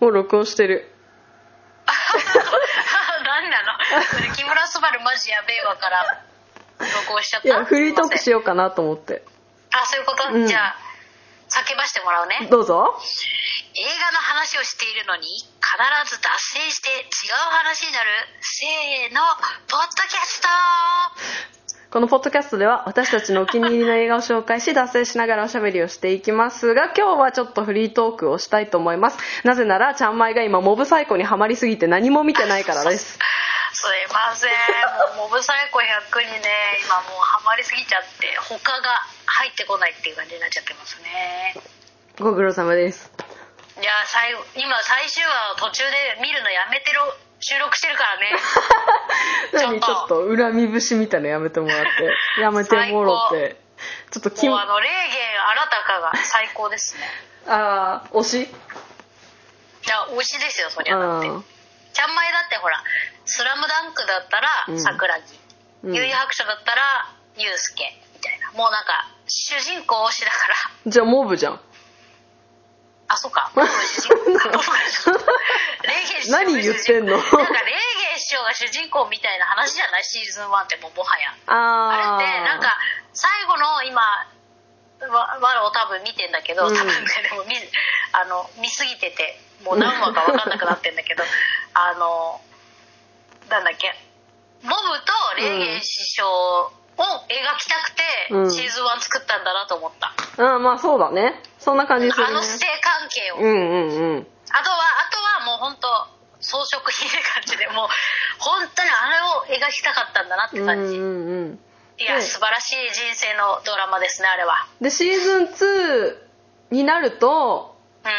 を録音してる。 何なのそれ木村昴マジやべえわから録音しちゃっいたや、フリートークしよようかなと思って。あそういうこと、うんじゃあ叫ばしてもらうね映画どうぞ。の話をしているのに必ず脱線して違う話になるせーのポッドキャストこのポッドキャストでは私たちのお気に入りの映画を紹介し、脱線しながらおしゃべりをしていきますが、今日はちょっとフリートークをしたいと思います。なぜなら、ちゃんまいが今モブサイコにハマりすぎて何も見てないからです。すいませんもうモブサイコ100にね今もうハマりすぎちゃって他が入ってこないっていう感じになっちゃってますね ご苦労様です。いや最後今最終話を途中で見るのやめてる収録してるからね何ちちょょっっとと恨み節みたいなのやめてもらって。やめてもろって。ちょっときもうああの霊言あなたかが最高ですねあー、推しいや推しですよそりゃだってあちゃんまいだってほら「スラムダンクだったらうん桜木うん幽遊白書だったらユウスケみたいなもうなんか主人公推しだからーじゃあモブじゃん。あそ うか主人公か霊言師匠が主人公何言ってんのなんか霊言師匠が主人公みたいな話じゃないシーズン1ってもうもはやああー。れってなんか最後の今わわらを多分見てんだけど、うん多分ねでも見あの見すぎててもう何話か分かんなくなってんだけどあのなんだっけボブとレーゲン師匠を描きたくて、うんシーズン1作ったんだなと思った、うん、まあそうだね。そんな感じするあねの。師弟関係を、うあとはんうんうん。あとはもう本当装飾品って感じでもう本当にあれを描きたかったんだなってうん感じ、うんうん。いや、ね素晴らしい人生のドラマですねあれはで、シーズン2になると、うん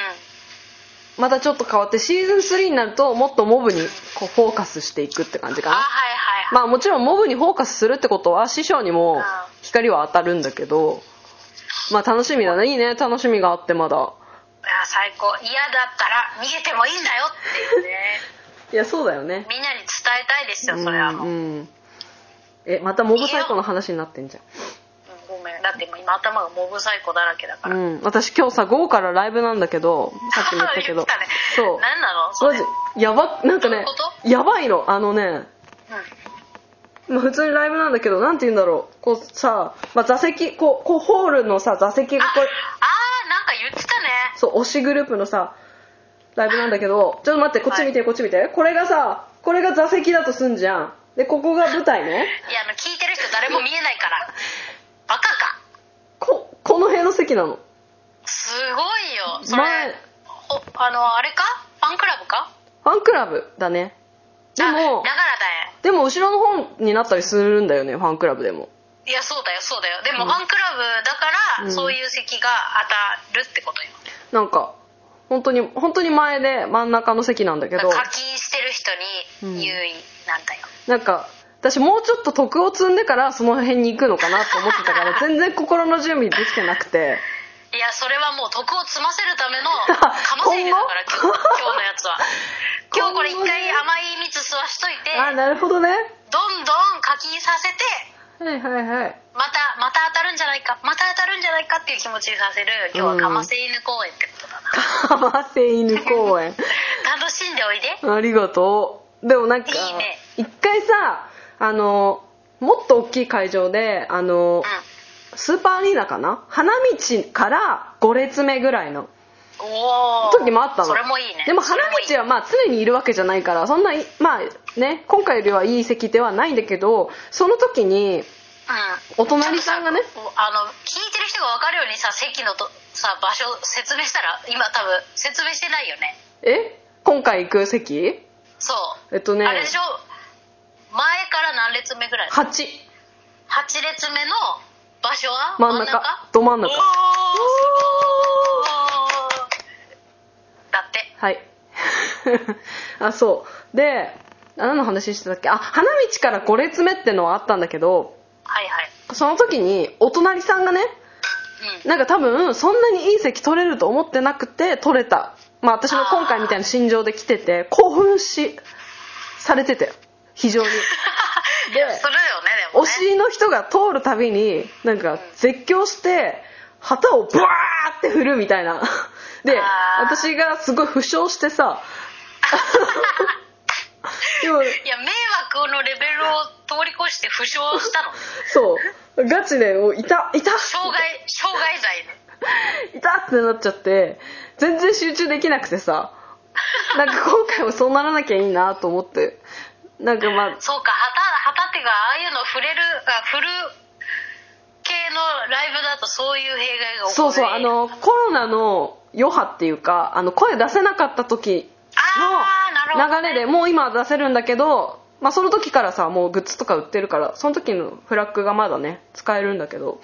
またちょっと変わって、シーズン3になると、もっとモブにこうフォーカスしていくって感じかあはいな。はいはい、まあもちろんモブにフォーカスするってことは、師匠にも光は当たるんだけど、まあ楽しみだね。いいね。楽しみがあってまだ。いや最高嫌だったら逃げてもいいんだよっていう ねいや、そうだよね。みんなに伝えたいですよそれはもう、ううんんうん。え、またモブサイコの話になってんじゃん。ごめんだって今頭がモブサイコだらけだから、うん、私今日さ午後からライブなんだけどさっきも言ったけど 言ってたねそう何なのそマれ、ジうん、やばなんかねどういうこやばいのあのね、まあ、普通にライブなんだけどなんて言うんだろうこうさ、まあ、座席こうこうホールのさ座席がああこうーなんか言ってたねそう推しグループのさライブなんだけどちょっと待ってこっち見て、こっち見てこれがさこれが座席だとすんじゃんでここが舞台ねいやあの聞いてる人誰も見えない からバカかここの辺の席なのすごいよそれ、前ほあのあれかファンクラブかファンクラブだねであだからもだよでも後ろの方になったりするんだよねファンクラブでもいやそうだよそうだよでもファンクラブだから、うんそういう席が当たるってことよなんか本当に本当に前で真ん中の席なんだけだどから課金してる人に優位なんだよ、なんか私もうちょっと徳を積んでからその辺に行くのかなと思ってたから 全然心の準備できてなくていやそれはもう徳を積ませるため のかませ犬だから今日今日のやつは今日これ一今後ね回甘い蜜吸わしといてあなるほどねどんどん課金させてはいはいはいまたまた当たるんじゃないかまた当たるんじゃないかっていう気持ちにさせる今日はかませ犬公園ってことだな、かませ犬公 園楽しんでおいでありがとうでもなんかいいね一回さあのもっと大きい会場であのうんスーパーアリーナかな花道から5列目ぐらいのおお時もあったのそれもいいねでも花そ道れもいいはまあ常にいるわけじゃないからそんないまあね今回よりはいい席ではないんだけどその時にうんお隣さんがねあの聞いてる人が分かるようにさ席のとさ場所説明したら今多分説明してないよねえ今回行く席そう、えっとねあれでしょ前から何列目ぐらい8 8列目の場所は真ん中ど真ん中おーすごいだってはい あそうであ何の話してたっけあ花道から5列目ってのはあったんだけどはいはいその時にお隣さんがねうんなんか多分そんなにいい席取れると思ってなくて取れたまあ私も今回みたいな心情で来てて興奮しされてて非 常にでそれだよねで推もねしの人が通るたびになんか絶叫して旗をブワーって振るみたいなであー私がすごい負傷して さでもいや迷惑のレベルを通り越して負傷し たのそうガチでもう痛痛っ傷害傷害罪ね痛ってなっちゃって全然集中できなくてさなんか今回もそうならなきゃいいなと思ってなんかまあそうか旗旗手がああいうの触れるあ振る系のライブだとそういう弊害が起こるそうそうあのコロナの余波っていうかあの声出せなかった時あーなるほどの流れでもう今は出せるんだけど、まあ、その時からさもうグッズとか売ってるからその時のフラッグがまだね使えるんだけ ど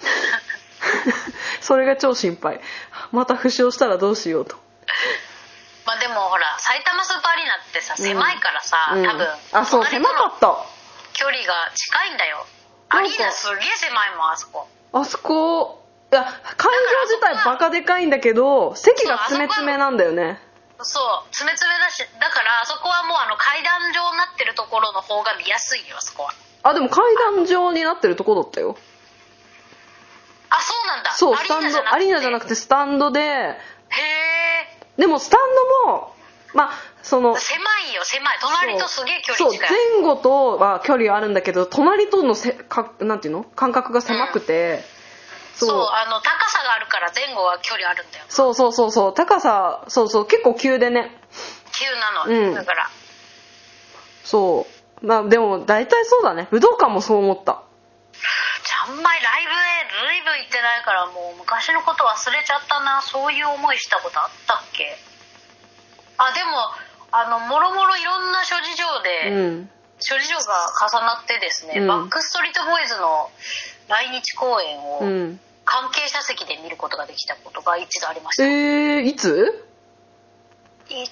それが超心配また負傷したらどうしようとまあでもほら埼玉スーパーアリーナってさ狭いからさ、うん多分あそう狭かった距離が近いんだよなアんかリーナすげえ狭いもんあそこあそこいや会場自体バカでかいんだけど席が詰め詰めなんだよねそうつめつめだしだからあそこはもうあの階段状になってるところの方が見やすいよあそこはあでも階段状になってるとこだったよあそうなんだそうスタンドアリーナじゃなくててスタンドでへえでもスタンドもまあその狭いよ狭い隣とすげえ距そ離う近い前後とは距離はあるんだけど隣とのせかなんていうの間隔が狭くて、そうあの高さがあるから前後は距離あるんだよそうそうそうそう高さそうそう結構急でね急なの、うんだからそうまあでも大体そうだね武道館もそう思ったあんまりライブへずいぶん行ってないからもう昔のこと忘れちゃったなそういう思いしたことあったっけあでもあのもろもろいろんな諸事情うで、ん諸事情が重なってですね、うんバックストリートボーイズの来日公演うをん関係者席で見ることができたことが一度ありました、えー、いつ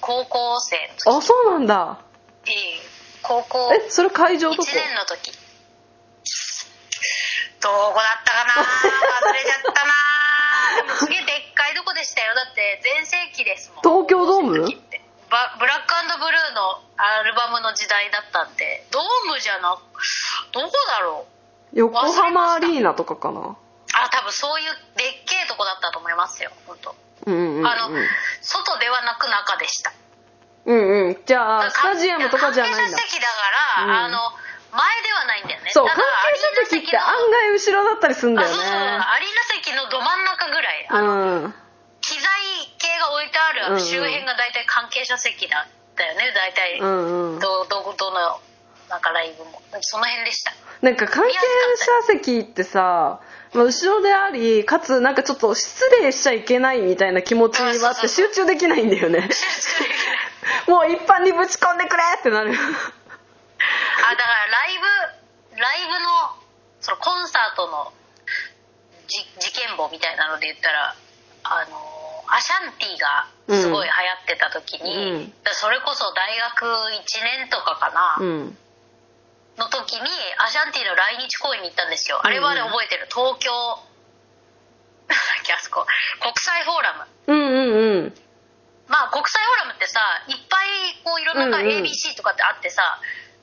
高校生のあそうなんだ時いい高校えそれ会場1どこ年の時どこだったかな忘れちゃったなでもすげえでっかいどこでしたよだって全盛期ですも東ん京ドーム時ってバブラックブルーのアルバムの時代だったんでドームじゃなくどこだろう横浜アリーナとかかなあ多分そういうでっけえとこだったと思いますよ本当。うんうんうんあの外ではなく中でしたうんうんじゃあだスからタジアムとかじゃないんだ関係者席だかうら、んあの前ではないんだよねそうだ関か係ら者席ってアリー案ナの外後ろだったりすんだよあそうそうアリーナ席のど真ん中ぐらい、あね機材系が置いてあるあうんうんの周辺が大体関係者席だったよね大体、うんうんうんどどこどのなんかライブもその辺 でしたなんか関係者席ってさまあ後ろでありかつなんかちょっと失礼しちゃいけないみたいな気持ちはあってあそう集中できないんだよね もう一般にぶち込んでくれってなるあだからライブライブのそのコンサートのじ事件簿みたいなので言ったらあのアシャンティがすごい流行ってた時うに、んだからそれこそ大学1年とかかな、うんの時にアシャンティの来日公演に行ったんですよあれはねうん覚えてる東京 なんだっけあそこ国際フォーラムうんうんうんまあ国際フォーラムってさいっぱいこういろんなうんうん ABC とかってあってさ、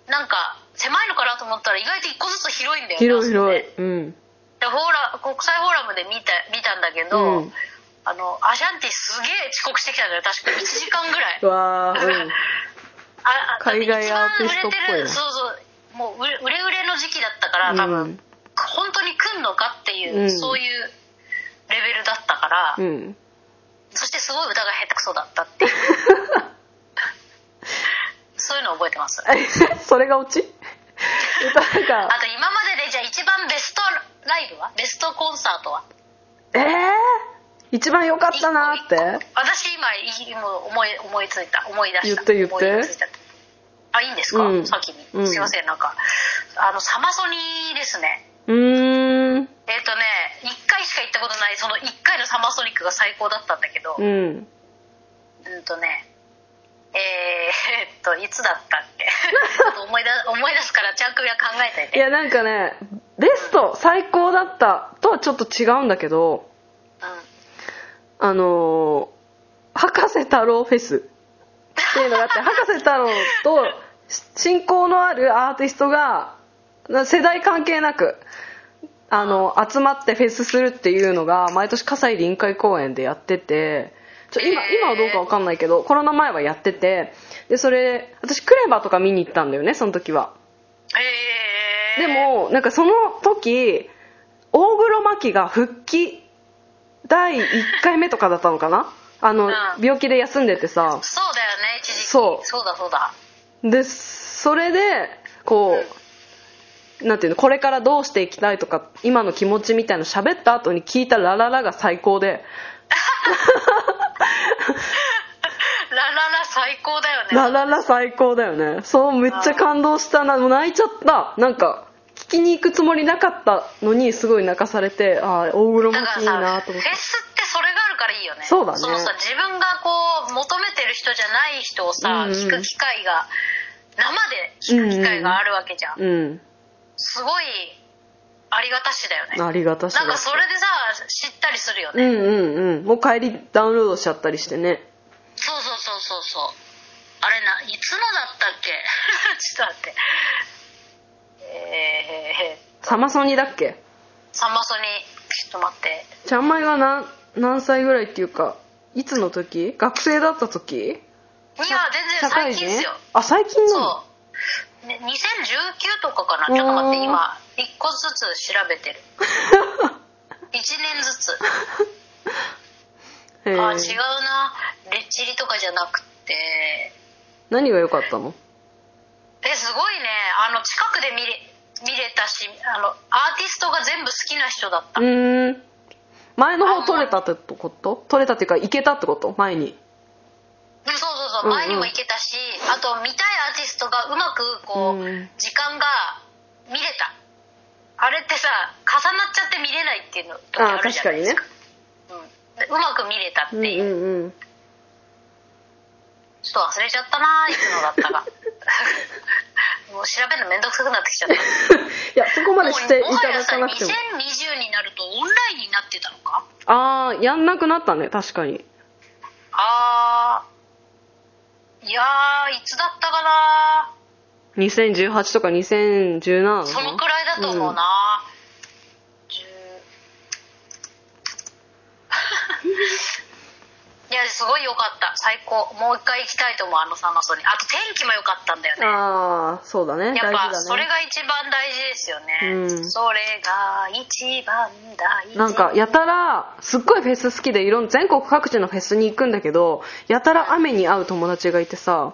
なんか狭いのかなと思ったら意外と一個ずつ広いんだよね広い広あそこねいうんでフォーラ国際フォーラムで見た見たんだけうど、んあのアシャンティすげえ遅刻してきたんだよ確か1時間ぐらいわあうんああ海外アーティストっぽいな一番売れてるそうそうもう売れ売れ売れの時期だったからう多分、ん本当に来んのかっていう、うんそういうレベルだったから、うん そしてすごい歌が下手くそだったっていうそういうの覚えてますあとそれがオチ 歌が今まででじゃあ一番ベストライブはベストコンサートはええ一番良かったなーって私今いもう思い思いついた思い出した言って言って思いついたあいいんですか、うんさっきにうんすいませんなんかあのサマソニですねうーんえっ、とね1回しか行ったことないその1回のサマソニックが最高だったんだけど、うんうんとねえー、 えっといつだったっけ ちょっと思い出思い出すからちゃんくびは考えといいて、うん、やなんかねベスト最高だったとはちょっと違うんだけどあのー博士太郎フェスっていうのがあって博士太郎とし親交のあるアーティストがな世代関係なくあの集まってフェスするっていうのが毎年葛西臨海公園でやっててちょ今へー今はどうかわかんないけどコロナ前はやっててでそれ私クレバとか見に行ったんだよねその時はえでー、もなんかその時大黒摩季が復帰第1回目とかだったのかなあの、うん病気で休んでてさそうだよね一時期そうそうだそうだ でそれでこう、なんていうのこれからどうしていきたいとか今の気持ちみたいの喋った後に聞いた「ラララ」が最高でラララ最高だよ「ねラララ」最高だよねそうめっちゃ感動したなもう泣いちゃったなんか聞きに行くつもりなかったのにすごい泣かされてああ大黒だ摩か季らいいなさとフ思ェってスってそれがあるからいいよねそうだねのさ自分がこう求めてる人じゃない人をさ、うんうん聞く機会が生で聞く機会があるわけじゃん、うんすごいありがたしだよねありがたしだなんかそれでさ知ったりするようね、んうんうんもう帰りダウンロードしちゃったりしてねそうそうそうそうそうあれないつのだったっけ ちょっと待ってえー、サマソニだっけサマソニちょっと待ってちゃんまいは何何歳ぐらいっていうかいつの時学生だった時いや全然最近っすよあ最近なのそう、ね、2019とかかなちょっと待っておー今1個ずつ調べ てる1年ずつへえあ違うなレッチリとかじゃなくて何が良かったのえすごいねあの近くで見れ見れたしあのアーティストが全部好きな人だったうーん前の方取れたってこと取れたっていうか行けたってこと前にうんそうそううそうんうん前にも行けたし、あと見たいアーティストがうまくこう、うん時間が見れたあれってさ重なっちゃって見れないっていうの時ああるじ確ゃなかいにでねすかうん、でうまく見れたってうんいう、うんうんちょっと忘れちゃったなーいつのだったか もう調べるのめんどくさくなってきちゃったいやそ こまでしていもうもはたやださかなくても2020になるとオンラインになってたのかああやんなくなったね確かにあーいやーいつだったかな2018とか2017なのそのくらいだと思うな、十 いやすごい良かった最高もう一回行きたいと思うあのサマソニあと天気も良かったんだよねああそうだねやっ大ぱ事だねそれが一番大事ですよね、うんそれが一番大事なんかやたらすっごいフェス好きでいろん全国各地のフェスに行くんだけどやたら雨に会う友達がいてさあ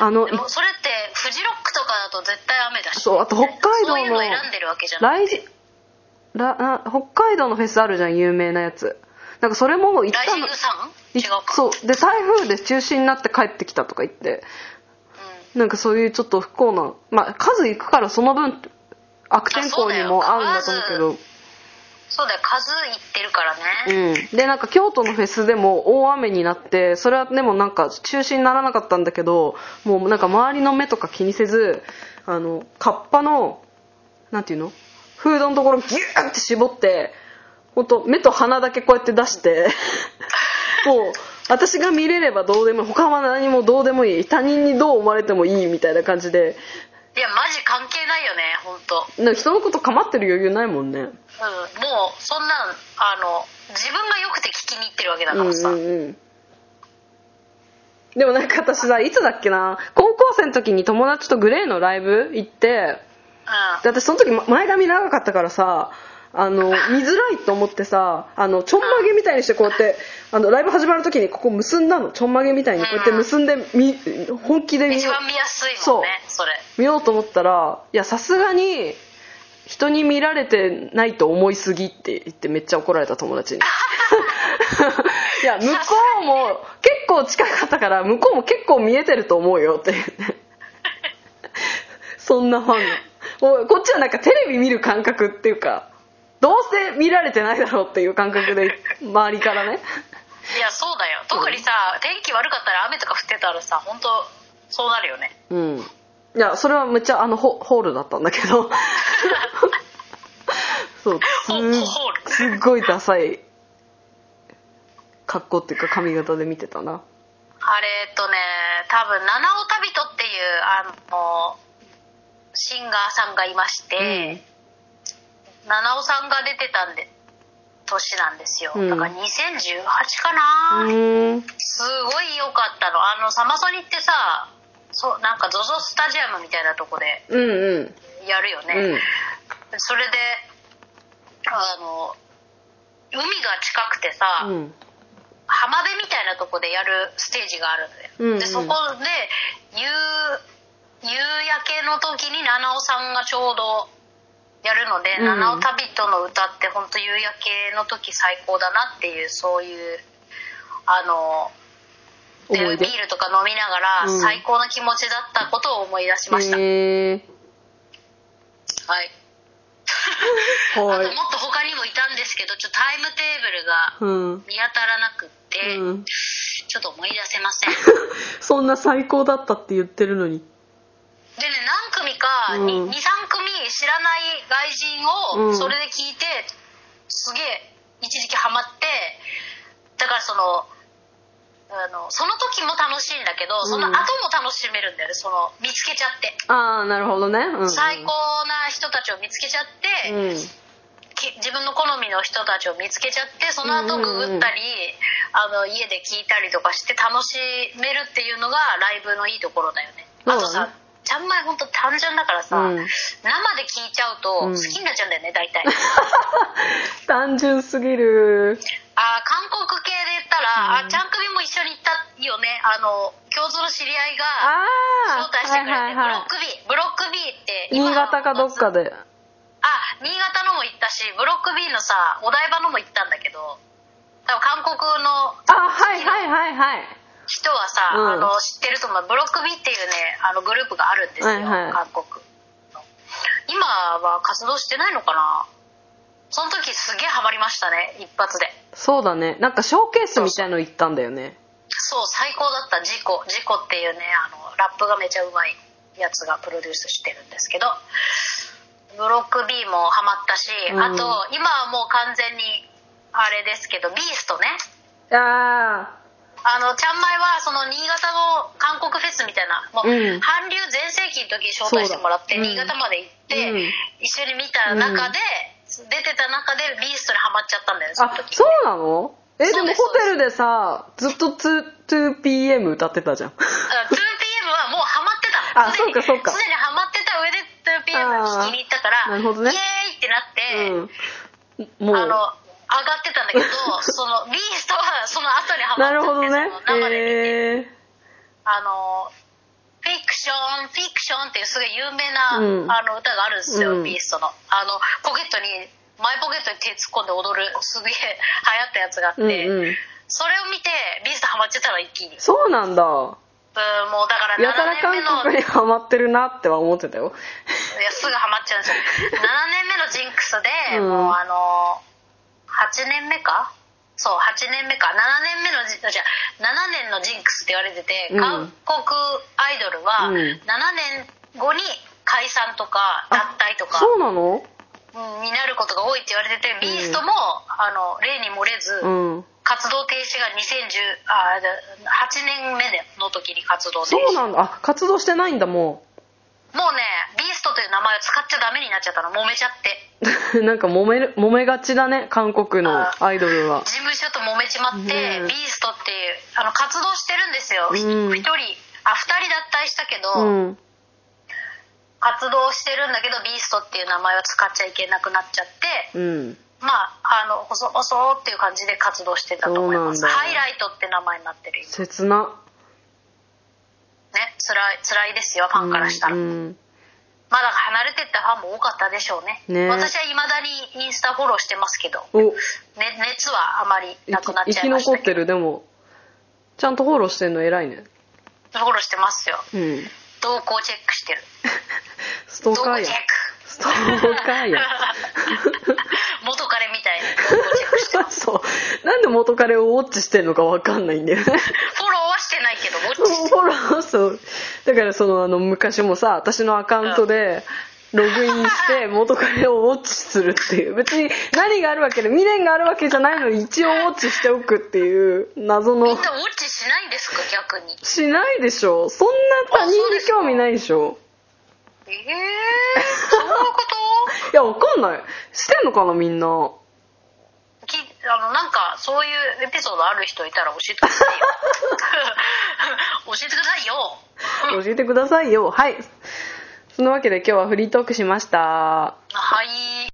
ああのでもそれってフジロックとかだと絶対雨だしそうあと北海道のそういうの選んでるわけじゃない来らあ北海道のフェスあるじゃん有名なやつなんかそれも行っライたジンのグさんい違うかう、そうで台風で中止になって帰ってきたとか言ってん、なんかそういうちょっと不幸なまあ数行くからその分悪天候にも合うんだと思うけどそうだよ数いってるからね、うん、でなんか京都のフェスでも大雨になってそれはでもなんか中止にならなかったんだけどもうなんか周りの目とか気にせずあのカッパのなんていうのフードのところギューって絞って本当目と鼻だけこうやって出して もう私が見れればどうでもいい他は何もどうでもいい他人にどう思われてもいいみたいな感じでいやマジ関係ないよね本当。なんか人のこと構ってる余裕ないもんねうんもうそんなんあの自分がよくて聞きに行ってるわけだうかんらさ、うんうんでもなんか私さいつだっけな高校生の時に友達とグレーのライブ行ってでう私その時ま前髪長かったからさあ の見づらいと思ってさあのちょんまげみたいにしてこうやってあのライブ始まる時にここ結んだのちょんまげみたいにこうやって結んでみ本気でん、見一よ番見やすいもんねそれう見ようと思ったらいやさすがに人に見られてないと思いすぎって言ってめっちゃ怒られた友達に。いや向こうも結構近かったから向こうも結構見えてると思うよって言ってそんなファンがおいこっちはなんかテレビ見る感覚っていうかどうせ見られてないだろうっていう感覚で周りからねいやそうだよ特にさ、天気悪かったら雨とか降ってたらさ本当そうなるよねうんいやそれはめっちゃあのホホールだったんだけ どそうすホホールすっごいダサい格好っていうか髪型で見てたなあれとね多分七尾旅人っていうあのシンガーさんがいまして、うん七尾さんが出てたんで年なんですよ、うんだから2018かうな、ーんすごい良かったのあのサマソニってさそうなんか ZOZO スタジアムみたいなとこでうんうんやるようんね、それであの海が近くてさ、うん浜辺みたいなとこでやるステージがあるのよ、うんうんでそこで夕夕焼けの時に七尾さんがちょうどやるので「うん七尾旅人の歌」って本当夕焼けの時最高だなっていうそういうあので思い出ビールとか飲みながらうん最高の気持ちだったことを思い出しました、へえはいあはともっと他にもいたんですけどちょっとタイムテーブいうルがん見当たらなくって、うんちょっと思い出せま せんそんな最高だったって言ってるのにでね何組か、うん23組知らない外人うをんそれで聞いて、すげえ一時期ハマってだからそのあのその時も楽しいんだけどその後も楽しめるんだよねその見つけちゃって、ああなるほどね、うん、最高な人たちを見つけちゃって、うんき自分の好みの人たちを見つけちゃってその後うんうんうんググったり、あの家で聞いたりとかして楽しめるっていうのがライブのいいところだよねそうだあねとさちゃんまい本当単純だからさ、うん生で聞いちゃうとうん好きになっちゃうんだよね大 体単純すぎるあー韓国系で言ったら、うんあちゃん首も一緒に行ったよねあの共通の知り合いがあ招あ待してはいくれて、はいはブロック B ブロック B ってい新潟かどっかであ新潟のも行ったしブロック B のさお台場のも行ったんだけど多分韓国のあはいはいはいはい人はさ、うんあの知ってると思うブロック B っていうねあのグループがあるんですよ、はいはい韓国の今は活動してないのかなその時すげえハマりましたね一発でそうだねなんかショーケースみたいの行ったんだよねそう最高だったジコジコっていうねあのラップがめちゃうまいやつがプロデュースしてるんですけどブロック B もハマったし、うんあと今はもう完全にあれですけどビーストねああのちゃんまいはその新潟の韓国フェスみたいなもう、うん韓流全盛期の時に招待してもらってそうだうん新潟まで行って、うん一緒に見た中で、出てた中でビーストにハマっちゃったんだよあねそあの時そうなのえでそうもですホテルでさずっと 2- 2PM 歌ってたじゃんあ 2PM はもうハマってたあすでにそうかそうかすでにハマってた上で 2PM 聞きに行ったかあーらなるほどねイエーイってなって、うんもうあの上がってたんだけどそのビーストはその後にハマなるほどっちゃねってその生で見えて、あのフィクションフィクションっていうすごい有名な、うんあの歌があるんですよ、うんビーストのあのポケットにマイポケットに手突っ込んで踊るすげえ流行ったやつがあって、ーうんうんそれを見てビーストハマっちゃったの一気にそうなんだうんもうだからやたら7韓年目の国にハマってるなっては思ってたよいやすぐハマっちゃうんですよ 7年目のジンクスで、うんもうあの8年目かそう8年目か7年目のジじゃあ7年のジンクスって言われてて、うん韓国アイドルはうん7年後に解散とか脱退とかそうなのうんになることが多いって言われてて、ビーストもあの例に漏れず、うん活動停止が2010あ8年目の時に活動停そう止なんだあ活動してないんだももうねビーストという名前を使っちゃダメになっちゃったの揉めちゃってう なんか揉める揉めがちだね韓国のアイドルは事務所と揉めちまって、ねえビーストっていうあの活動してるんですよ、一うん1人あ2人脱退したけど、うん活動してるんだけどビーストっていう名前を使っちゃいけなくなっちゃってうんまああの細々っていう感じで活動してたと思いますそうなんだハイライトって名前になってる今切なね辛い辛いですよファンからしたら、うんうんまだ離れてったファンも多かったでしょうねねえ私はいまだにインスタフォローしてますけど、おね、熱はあまり生なきくなっ生ちゃきいまし残たっけてどるでもちゃんとフォローしてんの偉いねフォローしてますようん動向チェックしてるストー動カ向ーチやェックストーカーや 元彼みたいに動向チェックしてますそうなんで元彼をウォッチしてんのかわかんないんだよ ねフォローはしてないけどウォッフチしてォローそうだからそのあの昔もさ私のアカウントでログイン して元彼をウォッチするっていう別に何があるわけで未練があるわけじゃないのに一応ウォッチしておくっていう謎みのんなウォッチしないんですか逆にしないでしょそんな他人に興味ないでしょええー、そういうこいやわかんないしてんのかなみんなと聞いあのなんかそういうエピソードある人いたら教えてくださいよ 教えてくださいよ教えてくださいよはいそのわけで今日はフリートークしましたはい